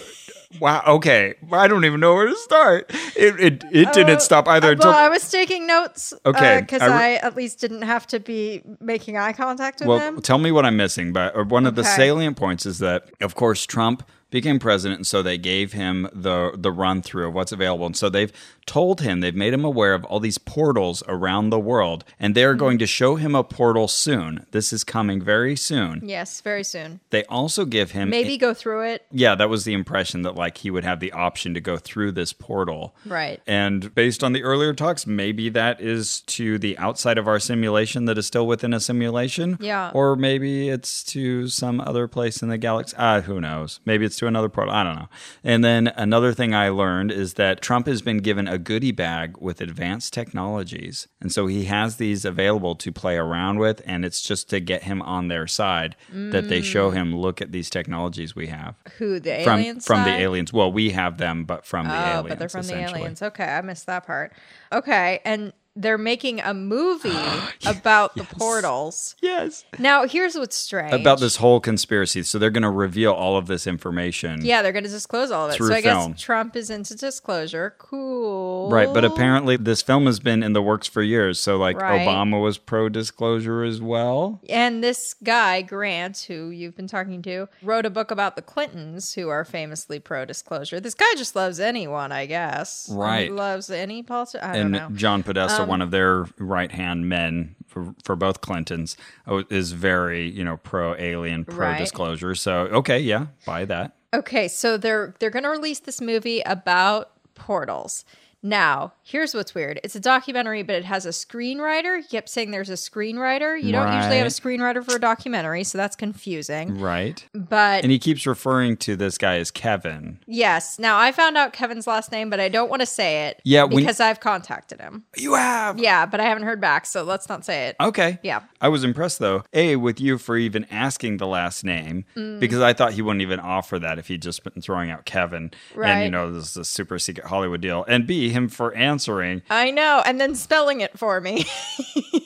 Speaker 1: Wow, okay. I don't even know where to start. It it, it didn't stop either until
Speaker 3: Oh, well, I was taking notes
Speaker 1: Okay,
Speaker 3: because
Speaker 1: I re-
Speaker 3: I at least didn't have to be making eye contact with
Speaker 1: Well,
Speaker 3: him.
Speaker 1: tell me what I'm missing. But or one of the
Speaker 3: Okay.
Speaker 1: salient points is that, of course, Trump became president, and so they gave him the the run through of what's available. And so they've told him, they've made him aware of all these portals around the world, and they're
Speaker 3: Mm-hmm.
Speaker 1: going to show him a portal soon. This is coming very soon.
Speaker 3: yes, very soon.
Speaker 1: They also give him
Speaker 3: Maybe go through it.
Speaker 1: yeah, that was the impression that like he would have the option to go through this portal.
Speaker 3: Right.
Speaker 1: And based on the earlier talks, maybe that is to the outside of our simulation that is still within a simulation.
Speaker 3: Yeah.
Speaker 1: Or maybe it's to some other place in the galaxy. Ah, who knows? Maybe it's to another protocol. I don't know. And then another thing I learned is that Trump has been given a goodie bag with advanced technologies. And so he has these available to play around with. And it's just to get him on their side that they show him, look at these technologies we have.
Speaker 3: Who the
Speaker 1: From,
Speaker 3: Mm. aliens?
Speaker 1: from the
Speaker 3: side?
Speaker 1: aliens. Well, we have them, but from the
Speaker 3: Oh,
Speaker 1: aliens.
Speaker 3: but they're from the
Speaker 1: essentially.
Speaker 3: aliens. Okay, I missed that part. Okay, and they're making a movie about the portals.
Speaker 1: Yes.
Speaker 3: Now, here's what's strange
Speaker 1: About this whole conspiracy. So they're going to reveal all of this information.
Speaker 3: Yeah, they're going to disclose all of it.
Speaker 1: Through
Speaker 3: So I
Speaker 1: film.
Speaker 3: guess Trump is into disclosure. Cool.
Speaker 1: Right, but apparently this film has been in the works for years. So like
Speaker 3: Right.
Speaker 1: Obama was pro disclosure as well.
Speaker 3: And this guy, Grant, who you've been talking to, wrote a book about the Clintons, who are famously pro disclosure. This guy just loves anyone, I guess.
Speaker 1: Right.
Speaker 3: He loves any politician. I don't
Speaker 1: And
Speaker 3: know. Um,
Speaker 1: John Podesta, one of their right hand men for, for both Clintons, oh, is very you know pro alien, pro disclosure. So okay, yeah, buy that.
Speaker 3: Okay, so they're they're going to release this movie about portals. Now, here's what's weird. It's a documentary, but it has a screenwriter. You kept saying there's a screenwriter. You don't usually have a
Speaker 1: Right.
Speaker 3: screenwriter for a documentary, so that's confusing.
Speaker 1: Right,
Speaker 3: But
Speaker 1: and he keeps referring to this guy as Kevin.
Speaker 3: yes, now I found out Kevin's last name, but I don't want to say it.
Speaker 1: Yeah, when-
Speaker 3: because I've contacted him.
Speaker 1: You have
Speaker 3: Yeah, but I haven't heard back, so let's not say it.
Speaker 1: Okay.
Speaker 3: Yeah.
Speaker 1: I was impressed though, A, with you for even asking the last name
Speaker 3: Mm.
Speaker 1: because I thought he wouldn't even offer that if he'd just been throwing out Kevin. And you
Speaker 3: Right.
Speaker 1: know, this is a super secret Hollywood deal. And B, him for answering.
Speaker 3: I know, and then spelling it for me.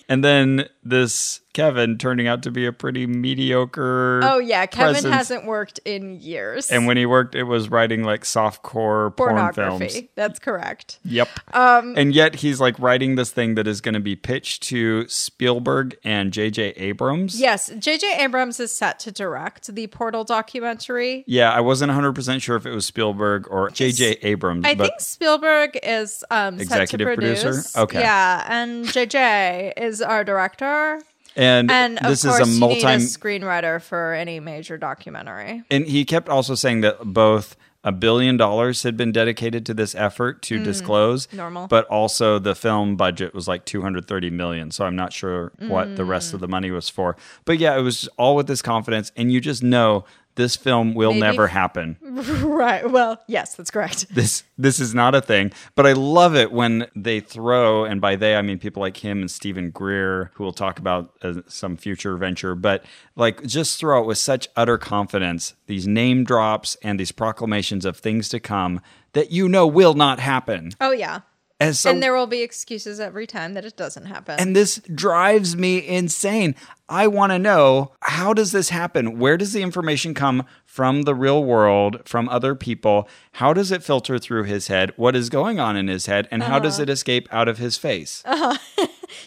Speaker 1: And then this Kevin turning out to be a pretty mediocre.
Speaker 3: oh yeah, Kevin
Speaker 1: presence.
Speaker 3: hasn't worked in years.
Speaker 1: And when he worked, it was writing like softcore porn films.
Speaker 3: pornography. That's correct.
Speaker 1: Yep. Um, and yet he's like writing this thing that is going to be pitched to Spielberg and J.J. Abrams.
Speaker 3: Yes, J.J. Abrams is set to direct the Portal documentary.
Speaker 1: Yeah, I wasn't 100% sure if it was Spielberg or J.J. Abrams.
Speaker 3: I
Speaker 1: but
Speaker 3: think Spielberg is um,
Speaker 1: Executive
Speaker 3: set to produce.
Speaker 1: producer? Okay.
Speaker 3: Yeah, and J.J. is our director.
Speaker 1: And,
Speaker 3: And of
Speaker 1: this
Speaker 3: course,
Speaker 1: is a multi.
Speaker 3: you need a screenwriter for any major documentary.
Speaker 1: and he kept also saying that both a billion dollars had been dedicated to this effort to disclose
Speaker 3: Mm, normal.
Speaker 1: but also the film budget was like 230 million so i'm not sure what the
Speaker 3: Mm.
Speaker 1: rest of the money was for but yeah it was all with this confidence and you just know this film will never happen
Speaker 3: right. Well, yes, that's correct.
Speaker 1: this this is not a thing. But I love it when they throw, and by they I mean people like him and Stephen Greer, who will talk about uh, some future venture. But like, just throw it with such utter confidence these name drops and these proclamations of things to come that you know will not happen.
Speaker 3: Oh yeah.
Speaker 1: And so.
Speaker 3: and there will be excuses every time that it doesn't happen.
Speaker 1: and this drives me insane. I want to know how does this happen? Where does the information come from the real world, from other people? How does it filter through his head? What is going on in his head? And how does it escape out of his face?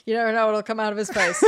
Speaker 3: you never know what'll come out of his face.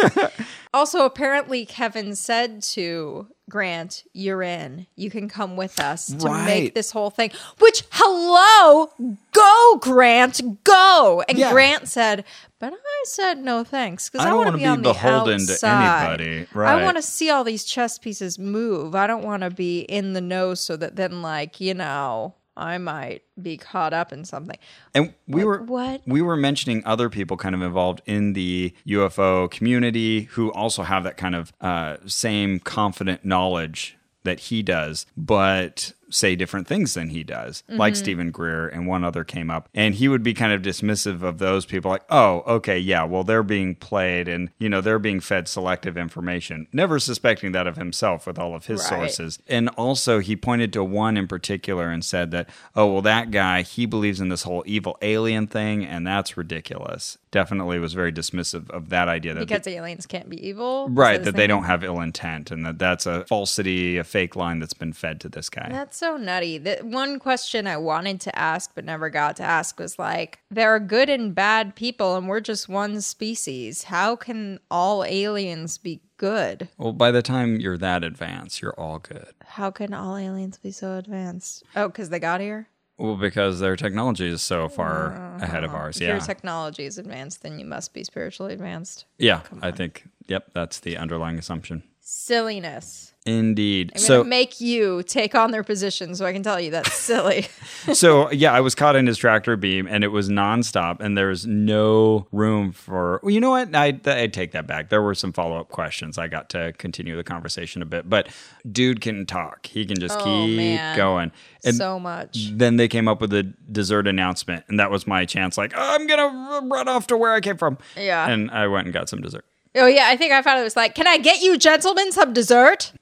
Speaker 3: also, apparently, Kevin said to Grant, "You're in. You can come with us to
Speaker 1: Right.
Speaker 3: make this whole thing." Which, hello, go Grant, go. And
Speaker 1: Yeah.
Speaker 3: Grant said, "But I said no thanks because
Speaker 1: I
Speaker 3: I,
Speaker 1: don't
Speaker 3: want to
Speaker 1: wanna
Speaker 3: be,
Speaker 1: be
Speaker 3: on the
Speaker 1: beholden to
Speaker 3: outside.
Speaker 1: anybody."
Speaker 3: I
Speaker 1: Right.
Speaker 3: want to see all these chess pieces move. I don't want to be in the know so that then, like you know." I might be caught up in something.
Speaker 1: And we were
Speaker 3: what?
Speaker 1: we were mentioning other people kind of involved in the UFO community who also have that kind of uh, same confident knowledge that he does, but say different things than he does, like Stephen Greer and one other came up, and he would be kind of dismissive of those people, like, oh, okay, yeah, well, they're being played, and you know, they're being fed selective information, never suspecting that of himself with all of his
Speaker 3: Right.
Speaker 1: sources sources. And also, he pointed to one in particular and said that, oh, well, that guy, he believes in this whole evil alien thing, and that's ridiculous. Definitely was very dismissive of that idea that.
Speaker 3: Because aliens can't be evil. Is
Speaker 1: Right,
Speaker 3: his
Speaker 1: that
Speaker 3: thing?
Speaker 1: they don't have ill intent, and that that's a falsity, a fake line that's been fed to this guy.
Speaker 3: That's so nutty. The one question I wanted to ask but never got to ask was like, there are good and bad people, and we're just one species. How can all aliens be good?
Speaker 1: Well, by the time you're that advanced, you're all good.
Speaker 3: How can all aliens be so advanced? Oh, because they got here.
Speaker 1: Well, because their technology is so far
Speaker 3: Oh,
Speaker 1: ahead of ours.
Speaker 3: If
Speaker 1: Yeah,
Speaker 3: your technology is advanced, then you must be spiritually advanced.
Speaker 1: yeah. I think. Yep, that's the underlying assumption.
Speaker 3: Silliness.
Speaker 1: Indeed.
Speaker 3: I'm
Speaker 1: so
Speaker 3: gonna make you take on their position so I can tell you that's silly.
Speaker 1: so yeah, I was caught in his tractor beam, and it was nonstop, and there was no room for. Well, you know what? I I take that back. There were some follow up questions. I got to continue the conversation a bit, but dude can talk. He can just keep
Speaker 3: Oh, man.
Speaker 1: going. And Mm.
Speaker 3: so much.
Speaker 1: then they came up with a dessert announcement, and that was my chance. Like I'm gonna r- run off to where I came from.
Speaker 3: Yeah.
Speaker 1: and I went and got some dessert.
Speaker 3: Oh yeah, I think I found it was like, can I get you gentlemen some dessert?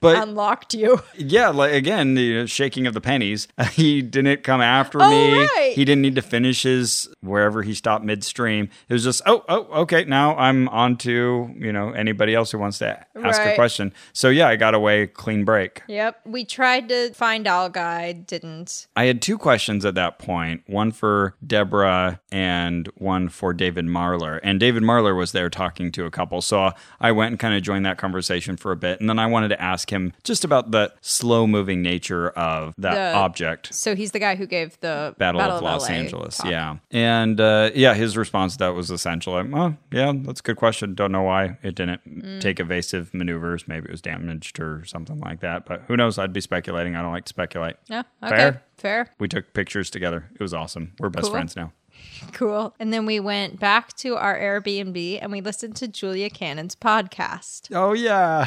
Speaker 1: But
Speaker 3: Unlocked you.
Speaker 1: Yeah, like again, the uh, shaking of the pennies. he didn't come after
Speaker 3: Oh,
Speaker 1: me.
Speaker 3: right.
Speaker 1: He didn't need to finish his wherever he stopped midstream. It was just, oh, oh, okay, now I'm on to, you know, anybody else who wants to ask a
Speaker 3: Right.
Speaker 1: question. So yeah, I got away clean break.
Speaker 3: Yep. We tried to find all guy, didn't.
Speaker 1: I had two questions at that point, one for Deborah and one for David Marlar. And David Marlar was there talking to a couple. So I went and kind of joined that conversation for a bit. And then I wanted to ask him just about the slow moving nature of that
Speaker 3: The-
Speaker 1: object.
Speaker 3: So he's the guy who gave the
Speaker 1: Battle, of, Los
Speaker 3: LA
Speaker 1: Angeles.
Speaker 3: talk.
Speaker 1: Yeah. And uh, yeah, his response to that was essentially, oh, yeah, that's a good question. Don't know why it didn't
Speaker 3: Mm.
Speaker 1: take evasive maneuvers. Maybe it was damaged or something like that. But who knows? I'd be speculating. I don't like to speculate.
Speaker 3: Yeah. Okay.
Speaker 1: Fair.
Speaker 3: Fair.
Speaker 1: We took pictures together. It was awesome. We're best
Speaker 3: Cool.
Speaker 1: friends now.
Speaker 3: Cool. And then we went back to our Airbnb and we listened to Julia Cannon's podcast
Speaker 1: Oh, yeah.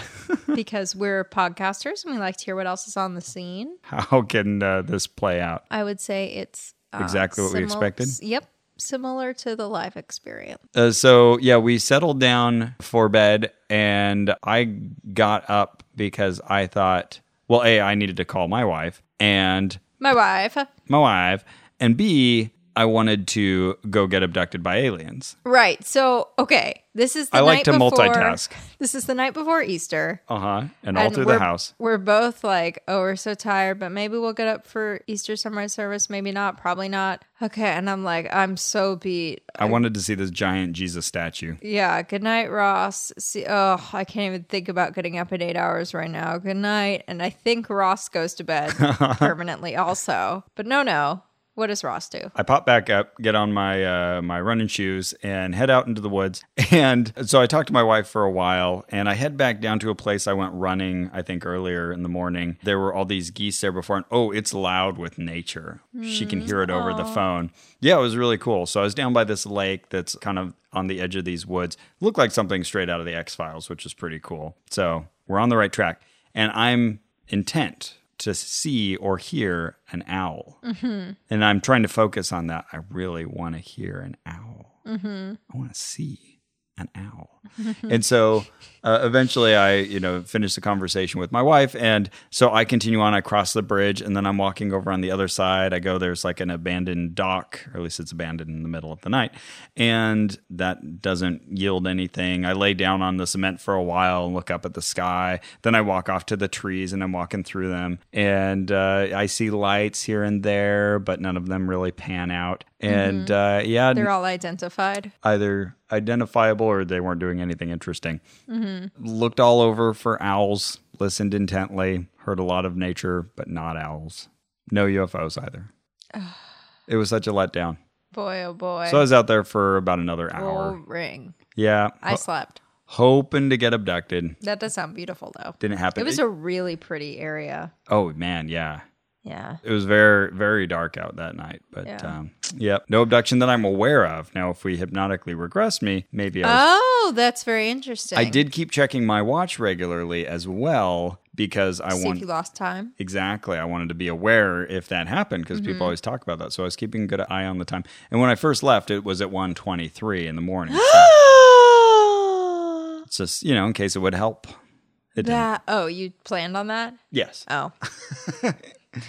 Speaker 3: because we're podcasters and we like to hear what else is on the scene.
Speaker 1: How can uh, this play out?
Speaker 3: I would say it's uh,
Speaker 1: Exactly what we expected?
Speaker 3: Yep. Similar to the live experience.
Speaker 1: Uh, so, yeah, we settled down for bed and I got up because I thought, well, A, I needed to call my wife and
Speaker 3: My wife.
Speaker 1: my wife, and B, I wanted to go get abducted by aliens.
Speaker 3: Right. So, okay. This is the
Speaker 1: I like
Speaker 3: night
Speaker 1: to
Speaker 3: before,
Speaker 1: multitask.
Speaker 3: This is the night before Easter.
Speaker 1: Uh huh. And all
Speaker 3: And
Speaker 1: through
Speaker 3: we're-
Speaker 1: the house.
Speaker 3: We're both like, oh, we're so tired, but maybe we'll get up for Easter sunrise service. Maybe not. Probably not. Okay. And I'm like, I'm so beat.
Speaker 1: I wanted to see this giant Jesus statue.
Speaker 3: Yeah. Good night, Ross. See, oh, I can't even think about getting up at eight hours right now. Good night. And I think Ross goes to bed permanently also. But no, no. What does Ross do?
Speaker 1: I pop back up, get on my uh, my running shoes, and head out into the woods. And so I talked to my wife for a while, and I head back down to a place I went running. I think earlier in the morning there were all these geese there before, and oh, it's loud with nature. she can hear it over the phone. Yeah, it was really cool. So I was down by this lake that's kind of on the edge of these woods. Looked like something straight out of the X Files, which is pretty cool. So we're on the right track, and I'm intent to see or hear an owl and I'm trying to focus on that. I really want to hear an owl. I want to see an owl. and so uh, eventually I, you know, finish the conversation with my wife. And so I continue on. I cross the bridge and then I'm walking over on the other side. I go, there's like an abandoned dock, or at least it's abandoned in the middle of the night. And that doesn't yield anything. I lay down on the cement for a while and look up at the sky. Then I walk off to the trees and I'm walking through them. And uh, I see lights here and there, but none of them really pan out. And uh, yeah,
Speaker 3: They're all identified.
Speaker 1: either identifiable or they weren't doing anything interesting.
Speaker 3: Mm-hmm.
Speaker 1: Looked all over for owls, listened intently, heard a lot of nature, but not owls. No UFOs either. it was such a letdown.
Speaker 3: Boy, oh boy.
Speaker 1: So I was out there for about another hour.
Speaker 3: Boring.
Speaker 1: Yeah.
Speaker 3: I
Speaker 1: ho-
Speaker 3: slept.
Speaker 1: hoping to get abducted.
Speaker 3: That does sound beautiful, though.
Speaker 1: Didn't happen.
Speaker 3: It was a really pretty area.
Speaker 1: oh, man. Yeah.
Speaker 3: Yeah.
Speaker 1: It was very, very dark out that night. But yeah.
Speaker 3: Yeah.
Speaker 1: Um, yep. No abduction that I'm aware of. Now, if we hypnotically regress me, maybe I was
Speaker 3: Oh, that's very interesting.
Speaker 1: I did keep checking my watch regularly as well because I
Speaker 3: See if you
Speaker 1: want
Speaker 3: lost time.
Speaker 1: exactly. I wanted to be aware if that happened because
Speaker 3: Mm-hmm.
Speaker 1: people always talk about that. So I was keeping a good eye on the time. And when I first left, it was at 1.23 in the morning. So it's just you know in case it would help. It didn't.
Speaker 3: that oh, you planned on that?
Speaker 1: Yes,
Speaker 3: Oh. Uh,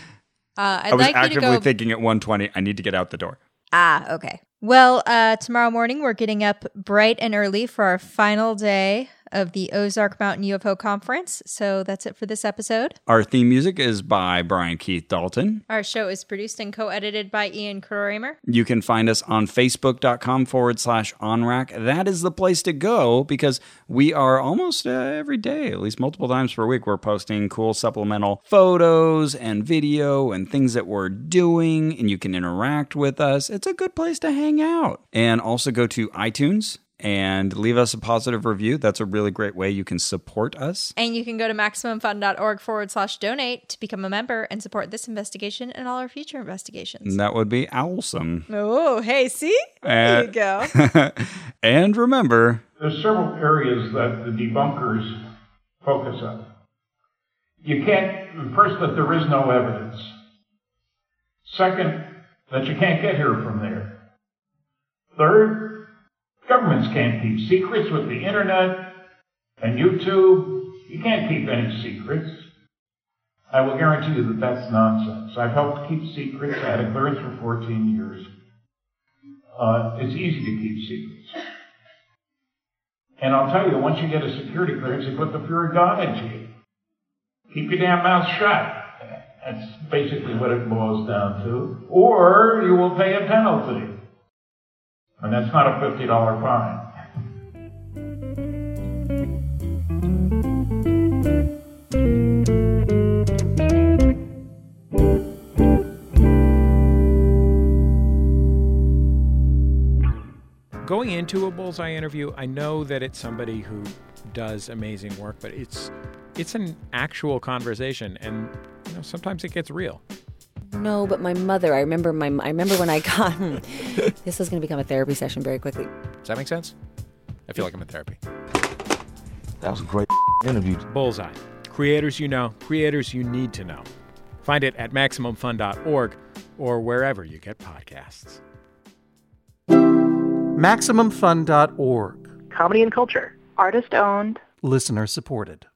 Speaker 3: I'd
Speaker 1: I was
Speaker 3: like you to
Speaker 1: actively
Speaker 3: go.
Speaker 1: thinking at 1.20. I need to get out the door.
Speaker 3: ah, okay. Well, uh, tomorrow morning we're getting up bright and early for our final day of the Ozark Mountain UFO Conference. So that's it for this episode.
Speaker 1: Our theme music is by Brian Keith Dalton.
Speaker 3: Our show is produced and co-edited by Ian Kramer.
Speaker 1: You can find us on facebook.com forward slash onrack. That is the place to go because we are almost uh, every day, at least multiple times per week, we're posting cool supplemental photos and video and things that we're doing, and you can interact with us. It's a good place to hang out. And also go to iTunes and leave us a positive review. That's a really great way you can support us.
Speaker 2: And you can go to MaximumFun.org forward slash donate to become a member and support this investigation and all our future investigations.
Speaker 1: And that would be awesome.
Speaker 2: Oh, hey, see?
Speaker 1: Uh,
Speaker 2: there you go.
Speaker 1: and remember,
Speaker 4: There's several areas that the debunkers focus on. You can't, first, that there is no evidence. Second, that you can't get here from there. Third, governments can't keep secrets with the internet and YouTube. You can't keep any secrets. I will guarantee you that that's nonsense. I've helped keep secrets. I had a clearance for 14 years. Uh, it's easy to keep secrets. And I'll tell you, once you get a security clearance, they put the fear of God into you. Keep your damn mouth shut. That's basically what it boils down to. Or you will pay a penalty. And that's not a $50 fine.
Speaker 5: Going into a bullseye interview, I know that it's somebody who does amazing work, but it's it's an actual conversation, and you know sometimes it gets real.
Speaker 6: No, but my mother. I remember my. I remember when I got. this is going to become a therapy session very quickly.
Speaker 7: Does that make sense? I feel like I'm in therapy.
Speaker 8: That was a great interview.
Speaker 5: Bullseye. Creators you know, creators you need to know. Find it at MaximumFun.org or wherever you get podcasts.
Speaker 9: MaximumFun.org.
Speaker 10: comedy and culture. Artist owned.
Speaker 9: Listener supported.